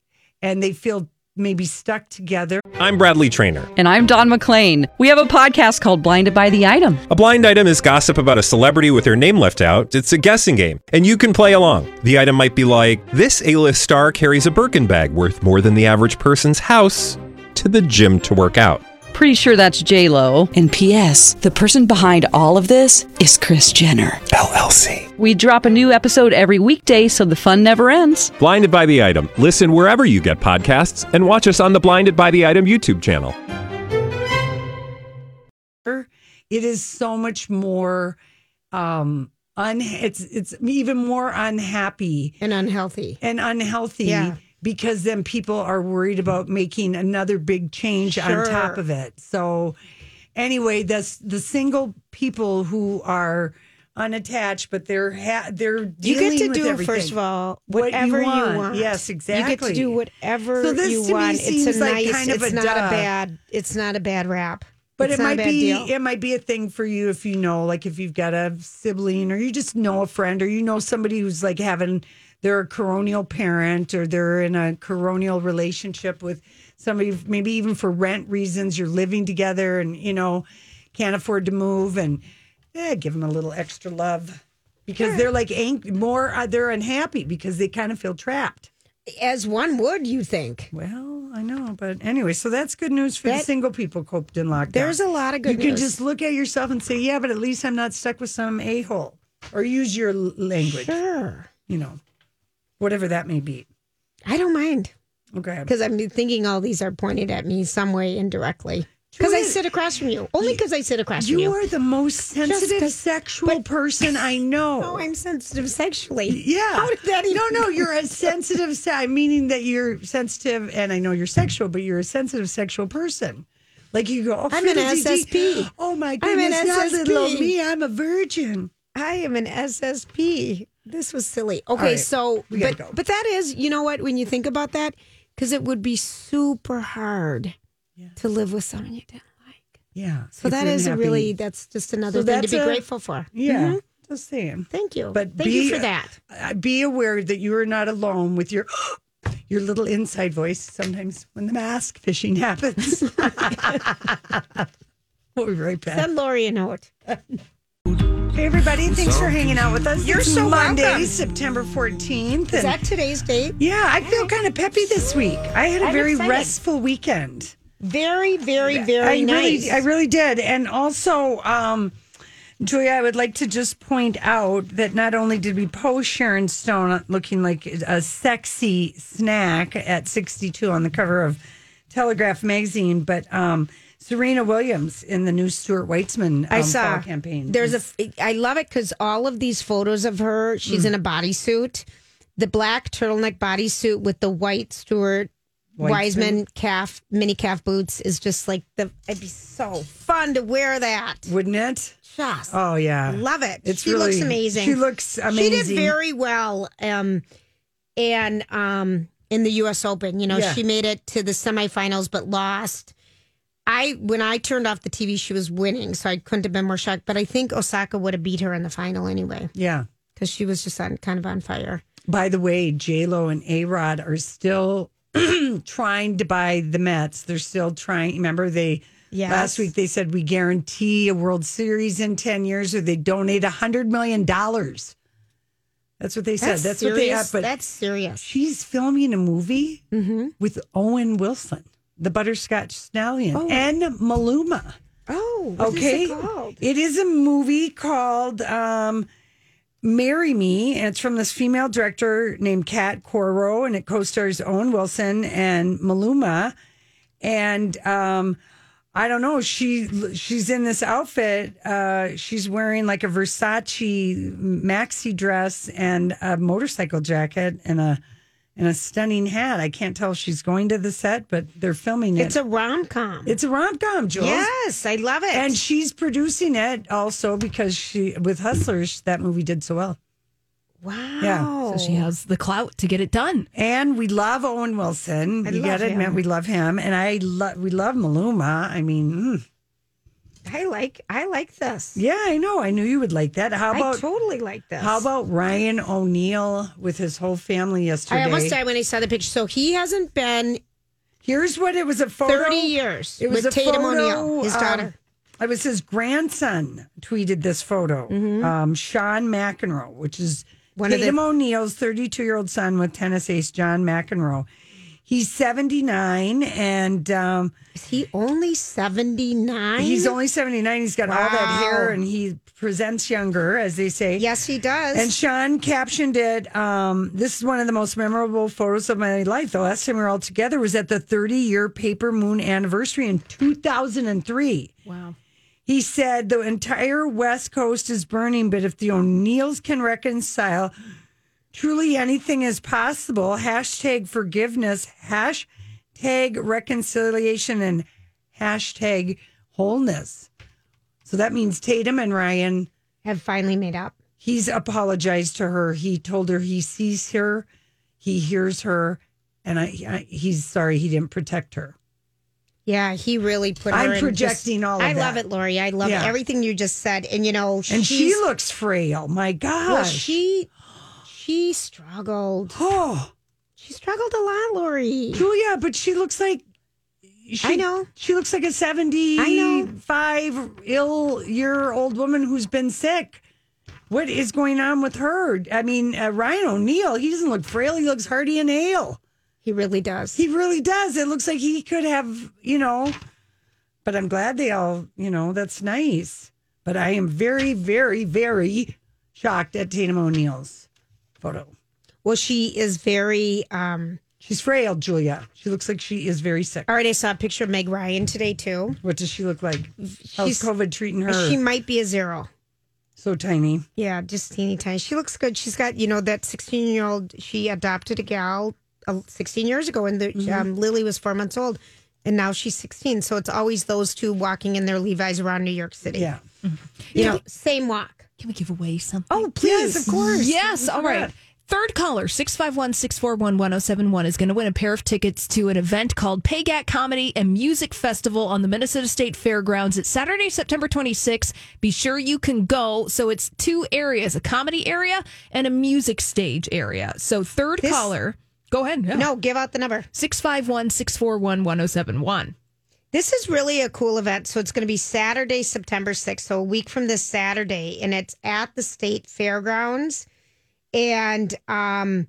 Speaker 3: and they feel maybe stuck together.
Speaker 6: I'm Bradley Trainer.
Speaker 7: And I'm Don McClain. We have a podcast called Blinded by the Item.
Speaker 6: A blind item is gossip about a celebrity with their name left out. It's a guessing game, and you can play along. The item might be like this: A-list star carries a Birkin bag worth more than the average person's house to the gym to work out.
Speaker 7: Pretty sure that's J Lo. And P.S. The person behind all of this is Chris Jenner LLC. We drop a new episode every weekday, so the fun never ends.
Speaker 6: Blinded by the item. Listen wherever you get podcasts, and watch us on the Blinded by the Item YouTube channel.
Speaker 3: It is so much more um un- it's it's even more unhappy
Speaker 2: And unhealthy.
Speaker 3: and unhealthy
Speaker 2: Yeah.
Speaker 3: because then people are worried about making another big change
Speaker 2: Sure.
Speaker 3: on top of it. So anyway, that's the single people who are unattached, but they're ha- they're
Speaker 2: You
Speaker 3: dealing
Speaker 2: get to
Speaker 3: with
Speaker 2: do,
Speaker 3: everything.
Speaker 2: first of all,
Speaker 3: What you
Speaker 2: whatever you want.
Speaker 3: want. Yes,
Speaker 2: You get to
Speaker 3: exactly.
Speaker 2: do whatever
Speaker 3: So this
Speaker 2: you
Speaker 3: to me
Speaker 2: want. it's
Speaker 3: seems
Speaker 2: a
Speaker 3: like
Speaker 2: nice,
Speaker 3: kind of
Speaker 2: it's
Speaker 3: a
Speaker 2: not a
Speaker 3: duh.
Speaker 2: bad, it's not a bad rap.
Speaker 3: But
Speaker 2: It's
Speaker 3: it
Speaker 2: not a
Speaker 3: might
Speaker 2: bad
Speaker 3: be
Speaker 2: deal.
Speaker 3: it might be a thing for you if you know, like if you've got a sibling or you just know a friend or you know somebody who's like having they're a coronial parent or they're in a coronial relationship with somebody maybe even for rent reasons you're living together and you know can't afford to move and eh, give them a little extra love because they're like ang- more uh, they're unhappy because they kind of feel trapped.
Speaker 2: as one would, you think.
Speaker 3: Well, I know, but anyway, so that's good news for the
Speaker 2: That-
Speaker 3: single people coped in lockdown.
Speaker 2: There's a lot of good
Speaker 3: You can
Speaker 2: news.
Speaker 3: just look at yourself and say, "Yeah, but at least I'm not stuck with some a hole," or use your l- language,
Speaker 2: Sure.
Speaker 3: you know, whatever that may be.
Speaker 2: I don't mind
Speaker 3: Okay,
Speaker 2: because I'm thinking all these are pointed at me some way indirectly. Because I
Speaker 3: Julia-
Speaker 2: sit across from you. Only because I sit across from
Speaker 3: you
Speaker 2: you.
Speaker 3: are the most sensitive
Speaker 2: 'cause-
Speaker 3: sexual person I
Speaker 2: (laughs)
Speaker 3: know.
Speaker 2: Oh, I'm sensitive sexually.
Speaker 3: yeah.
Speaker 2: How did that
Speaker 3: No,
Speaker 2: even-
Speaker 3: no, you're a sensitive, se- meaning that you're sensitive, and I know you're sexual, but you're a sensitive sexual person. Like you go, oh,
Speaker 2: I'm an
Speaker 3: Fiddle Dee Dee.
Speaker 2: SSP.
Speaker 3: Oh my
Speaker 2: I'm an
Speaker 3: goodness, not little old
Speaker 2: SSP.
Speaker 3: me, I'm a virgin.
Speaker 2: I am an SSP. This was silly. Okay,
Speaker 3: right,
Speaker 2: so
Speaker 3: we
Speaker 2: but
Speaker 3: gotta go.
Speaker 2: but that is, you know what? When you think about that, because it would be super hard to live with someone you didn't like.
Speaker 3: Yeah.
Speaker 2: So
Speaker 3: if
Speaker 2: that
Speaker 3: you're
Speaker 2: is a
Speaker 3: unhappy.
Speaker 2: really that's just another
Speaker 3: So
Speaker 2: thing to
Speaker 3: that's
Speaker 2: be
Speaker 3: a-
Speaker 2: grateful for.
Speaker 3: yeah.
Speaker 2: Mhm.
Speaker 3: Just saying.
Speaker 2: Thank you.
Speaker 3: But
Speaker 2: thank
Speaker 3: be-
Speaker 2: you for that.
Speaker 3: Uh, Be aware that you are not alone with your (gasps) your little inside voice sometimes when the mask
Speaker 2: (laughs)
Speaker 3: fishing happens. (laughs) we'll be right back.
Speaker 2: Send Lori a note.
Speaker 3: Hey, everybody. Thanks for hanging out with us.
Speaker 2: You're
Speaker 3: It's
Speaker 2: so
Speaker 3: Monday,
Speaker 2: welcome.
Speaker 3: September 14th.
Speaker 2: Is
Speaker 3: and-
Speaker 2: that today's date?
Speaker 3: yeah, I feel kind of peppy this week. I had a
Speaker 2: I'm
Speaker 3: very
Speaker 2: excited.
Speaker 3: restful weekend.
Speaker 2: Very, very, very
Speaker 3: I
Speaker 2: nice.
Speaker 3: really, I really did. And also, um, Julia, I would like to just point out that not only did we post Sharon Stone looking like a sexy snack at 62 on the cover of Telegraph magazine, but um, Serena Williams in the new Stuart Weitzman um,
Speaker 2: I saw
Speaker 3: fall campaign.
Speaker 2: There's a. f- I love it because all of these photos of her, she's in a bodysuit, the black turtleneck bodysuit with the white Stuart Wiseman calf mini calf boots is just like the. It'd be so fun to wear that.
Speaker 3: wouldn't it?
Speaker 2: Just
Speaker 3: Oh yeah,
Speaker 2: love it.
Speaker 3: It's
Speaker 2: she looks
Speaker 3: really-
Speaker 2: amazing.
Speaker 3: She looks
Speaker 2: She
Speaker 3: amazing.
Speaker 2: did very well. Um, and um, in the U.S. Open, you know,
Speaker 3: Yeah.
Speaker 2: she made it to the semifinals but lost. I when I turned off the TV, she was winning, so I couldn't have been more shocked. But I think Osaka would have beat her in the final anyway
Speaker 3: Yeah.
Speaker 2: because she was just on kind of on fire.
Speaker 3: By the way, J Lo and A Rod are still (clears throat) trying to buy the Mets. They're still trying. Remember they
Speaker 2: Yes.
Speaker 3: last week they said we guarantee a World Series in ten years, or they donate a hundred million dollars. That's what they said. That's, what they
Speaker 2: serious.
Speaker 3: have. But
Speaker 2: that's Mm-hmm. serious.
Speaker 3: she's filming a movie with Owen Wilson, the Butterscotch Stallion,
Speaker 2: Oh.
Speaker 3: and Maluma.
Speaker 2: Oh,
Speaker 3: Okay. It is a movie called um, Marry Me, and it's from this female director named Kat Coro, and it co stars Owen Wilson and Maluma. And um, I don't know, she she's in this outfit. Uh, she's wearing like a Versace maxi dress and a motorcycle jacket and a and a stunning hat. I can't tell if she's going to the set, but they're filming it.
Speaker 2: It's a rom com.
Speaker 3: it's a rom com, Jules.
Speaker 2: Yes, I love it.
Speaker 3: And she's producing it also because she with Hustlers that movie did so well.
Speaker 2: wow.
Speaker 3: Yeah.
Speaker 1: So she has the clout to get it done.
Speaker 3: And we love Owen Wilson.
Speaker 2: I
Speaker 3: you
Speaker 2: love
Speaker 3: got to
Speaker 2: him.
Speaker 3: admit we love him and I love we love Maluma. I mean, mm.
Speaker 2: I like I like this.
Speaker 3: yeah, I know. I knew you would like that. How
Speaker 2: I
Speaker 3: about
Speaker 2: totally like this.
Speaker 3: how about Ryan O'Neal with his whole family yesterday?
Speaker 2: I almost died when I saw the picture. So he hasn't been
Speaker 3: Here's what it was a photo
Speaker 2: 30 years
Speaker 3: It was
Speaker 2: with
Speaker 3: a
Speaker 2: Tatum
Speaker 3: photo,
Speaker 2: O'Neal, his
Speaker 3: um,
Speaker 2: daughter.
Speaker 3: it was his grandson tweeted this photo. Um, Sean McEnroe, which is
Speaker 2: Mm-hmm. One of the-
Speaker 3: Tatum O'Neal's 32 year old son with tennis ace John McEnroe. He's 79 and um,
Speaker 2: Is he only 79?
Speaker 3: he's only 79. He's got all
Speaker 2: Wow.
Speaker 3: that hair and he presents younger, as they say.
Speaker 2: Yes, he does.
Speaker 3: And Sean captioned it. Um, this is one of the most memorable photos of my life. The last time we were all together was at the 30 year Paper Moon anniversary in 2003.
Speaker 1: Wow.
Speaker 3: He said the entire West Coast is burning, but if the O'Neills can reconcile, truly anything is possible. Hashtag forgiveness, hashtag reconciliation, and hashtag wholeness. So that means Tatum and Ryan
Speaker 2: have finally made up.
Speaker 3: he's apologized to her. He told her he sees her, he hears her, and I, I he's sorry he didn't protect her.
Speaker 2: Yeah, he really put her
Speaker 3: I'm
Speaker 2: in just-
Speaker 3: projecting all of
Speaker 2: I love
Speaker 3: that.
Speaker 2: it, Lori. I love
Speaker 3: Yeah.
Speaker 2: everything you just said. And you know,
Speaker 3: And she
Speaker 2: she's-
Speaker 3: looks frail. My gosh.
Speaker 2: well, she she struggled.
Speaker 3: oh,
Speaker 2: She struggled a lot, Lori.
Speaker 3: Julia, but she looks like she,
Speaker 2: I know.
Speaker 3: She looks like a 75 ill year old woman who's been sick. What is going on with her? I mean, uh, Ryan O'Neal, he doesn't look frail. He looks hearty and hale.
Speaker 2: He really does.
Speaker 3: He really does. It looks like he could have, you know, but I'm glad they all, you know, that's nice. But I am very, very, very shocked at Tatum O'Neal's photo.
Speaker 2: well, she is very um
Speaker 3: She's frail, Julia. She looks like she is very sick.
Speaker 2: all right, I saw a picture of Meg Ryan today too.
Speaker 3: What does she look like? How's
Speaker 2: She's-
Speaker 3: COVID treating her?
Speaker 2: She might be a zero.
Speaker 3: so tiny.
Speaker 2: Yeah, just teeny tiny. She looks good. She's got, you know, that 16 year old, she adopted a gal uh, 16 years ago, and the,
Speaker 3: Mm-hmm.
Speaker 2: um, Lily was four months old, and now she's 16. So it's always those two walking in their Levi's around New York City.
Speaker 3: Yeah.
Speaker 2: You know, same walk.
Speaker 1: Can we give away something?
Speaker 2: Oh, please.
Speaker 3: Yes, of course.
Speaker 1: Yes. All right. Third caller, 651 641 1071, is going to win a pair of tickets to an event called Paygat Comedy and Music Festival on the Minnesota State Fairgrounds. It's Saturday, September 26th. Be sure you can go. So it's two areas a comedy area and a music stage area. So, third caller, Go ahead.
Speaker 3: Oh.
Speaker 1: Yeah.
Speaker 2: No, give out the number.
Speaker 1: 651 641 1071.
Speaker 2: This is really a cool event. So it's going to be Saturday, September 6th. So a week from this Saturday. And it's at the state fairgrounds. And, um,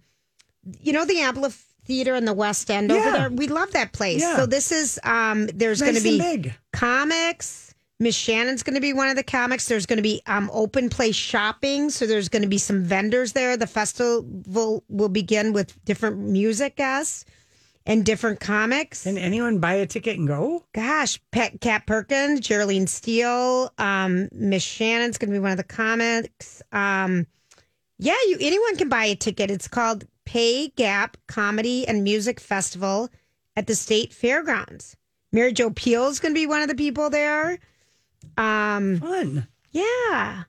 Speaker 2: you know, the amphitheater in the West End over
Speaker 3: Yeah.
Speaker 2: there? We love that place.
Speaker 3: Yeah.
Speaker 2: So this is, um, there's
Speaker 3: Nice
Speaker 2: going to be
Speaker 3: and big.
Speaker 2: comics. Miss Shannon's going to be one of the comics. There's going to be um, open play shopping. So there's going to be some vendors there. The festival will begin with different music guests and different comics.
Speaker 3: Can anyone buy a ticket and go?
Speaker 2: Gosh, Pat, Kat Perkins, Geraldine Steele, um, Miss Shannon's going to be one of the comics. Um, yeah, you anyone can buy a ticket. It's called Pay Gap Comedy and Music Festival at the State Fairgrounds. Mary Jo Peel's going to be one of the people there. Um,
Speaker 3: Fun.
Speaker 2: yeah,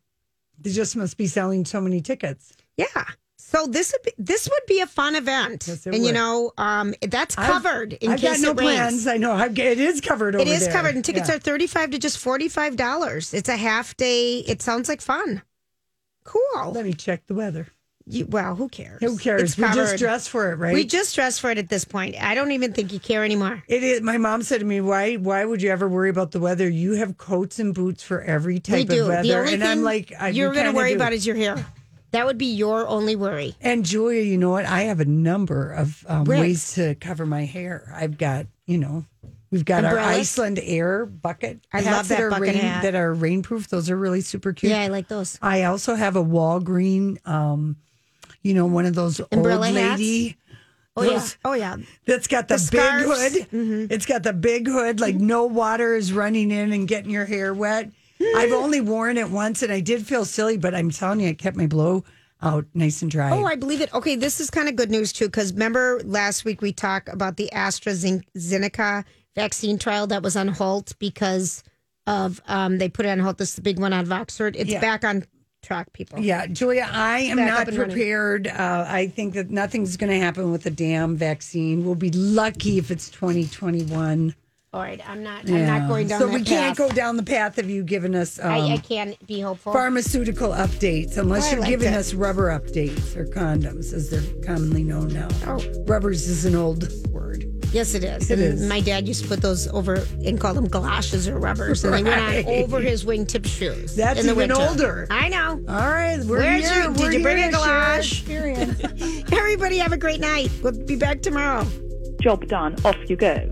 Speaker 3: They just must be selling so many tickets.
Speaker 2: yeah. So this would be, this would be a fun event,
Speaker 3: Yes, it
Speaker 2: and you
Speaker 3: would.
Speaker 2: know um, that's covered in
Speaker 3: I've
Speaker 2: case
Speaker 3: got no
Speaker 2: it rains.
Speaker 3: plans. I know. I've, it is covered over
Speaker 2: It is
Speaker 3: there.
Speaker 2: covered, and tickets
Speaker 3: Yeah.
Speaker 2: are thirty-five to just forty-five dollars. It's a half day. It sounds like fun. Cool.
Speaker 3: Let me check the weather.
Speaker 2: You, well, who cares?
Speaker 3: Who cares?
Speaker 2: It's
Speaker 3: We just
Speaker 2: covered.
Speaker 3: dress for it, right?
Speaker 2: We just dress for it at this point. I don't even think you care anymore.
Speaker 3: It is. My mom said to me, "Why? Why would you ever worry about the weather? You have coats and boots for every
Speaker 2: We
Speaker 3: type
Speaker 2: do.
Speaker 3: of weather."
Speaker 2: The only
Speaker 3: and
Speaker 2: thing
Speaker 3: I'm like, I,
Speaker 2: you're
Speaker 3: we
Speaker 2: going to
Speaker 3: kinda
Speaker 2: worry
Speaker 3: do.
Speaker 2: about is your hair. That would be your only worry.
Speaker 3: And Julia, you know what? I have a number of um,
Speaker 2: Right.
Speaker 3: ways to cover my hair. I've got, you know, we've got our
Speaker 2: Umbrellas?
Speaker 3: Iceland Air bucket.
Speaker 2: I love
Speaker 3: hats
Speaker 2: that
Speaker 3: are
Speaker 2: bucket
Speaker 3: rain,
Speaker 2: hat.
Speaker 3: that are rainproof. Those are really super cute.
Speaker 2: Yeah, I like those.
Speaker 3: I also have a Walgreen, um, you know, one of those
Speaker 2: Umbrella
Speaker 3: old
Speaker 2: hats?
Speaker 3: lady.
Speaker 2: Oh yeah.
Speaker 3: Those-
Speaker 2: Oh yeah.
Speaker 3: That's got the,
Speaker 2: The
Speaker 3: big
Speaker 2: scarves. Mm-hmm.
Speaker 3: hood. It's got the big hood. Like no water is running in and getting your hair wet. I've
Speaker 2: Mm.
Speaker 3: only worn it once, and I did feel silly, but I'm telling you, it kept my blow out nice and dry.
Speaker 2: Oh, I believe it. Okay, this is kind of good news too, because remember last week we talked about the AstraZeneca vaccine trial that was on halt because of um, they put it on halt. This is the big one out of Oxford. It's
Speaker 3: Yeah.
Speaker 2: back on track, people.
Speaker 3: yeah, Julia, I am
Speaker 2: Back up
Speaker 3: not
Speaker 2: and running.
Speaker 3: prepared. Uh, I think that nothing's going to happen with the damn vaccine. We'll be lucky if it's 2021.
Speaker 2: All right, I'm not. I'm
Speaker 3: Yeah.
Speaker 2: not going down.
Speaker 3: So
Speaker 2: that
Speaker 3: we can't
Speaker 2: path.
Speaker 3: go down the path of you giving us um,
Speaker 2: I, I can't be hopeful.
Speaker 3: pharmaceutical updates,
Speaker 2: Oh. I
Speaker 3: unless you're
Speaker 2: liked
Speaker 3: giving
Speaker 2: it.
Speaker 3: us rubber updates or condoms, as they're commonly known now.
Speaker 2: Oh.
Speaker 3: Rubbers is an old word.
Speaker 2: yes, it is.
Speaker 3: It
Speaker 2: And
Speaker 3: is.
Speaker 2: My dad used to put those over and call them galoshes or rubbers, and they went
Speaker 3: Right.
Speaker 2: on over his wingtip shoes.
Speaker 3: That's
Speaker 2: in the
Speaker 3: even
Speaker 2: winter.
Speaker 3: older.
Speaker 2: I know.
Speaker 3: (laughs) All right, we're
Speaker 2: Where's
Speaker 3: here.
Speaker 2: your-
Speaker 3: we're
Speaker 2: did you bring
Speaker 3: here
Speaker 2: a
Speaker 3: to share our
Speaker 2: galosh?
Speaker 3: experience.
Speaker 2: Everybody have a great night. We'll be back tomorrow.
Speaker 8: Job done. Off you go.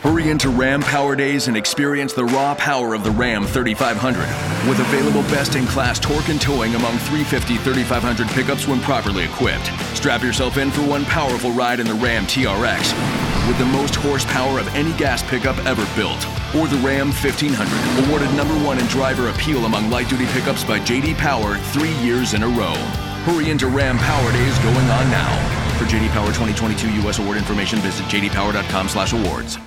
Speaker 9: Hurry into Ram Power Days and experience the raw power of the Ram 3500 with available best-in-class torque and towing among 350 3500 pickups when properly equipped. Strap yourself in for one powerful ride in the Ram TRX with the most horsepower of any gas pickup ever built or the Ram 1500 awarded number 1 in driver appeal among light-duty pickups by JD Power 3 years in a row. Hurry into Ram Power Days going on now. For JD Power 2022 US award information visit jdpower.com/awards.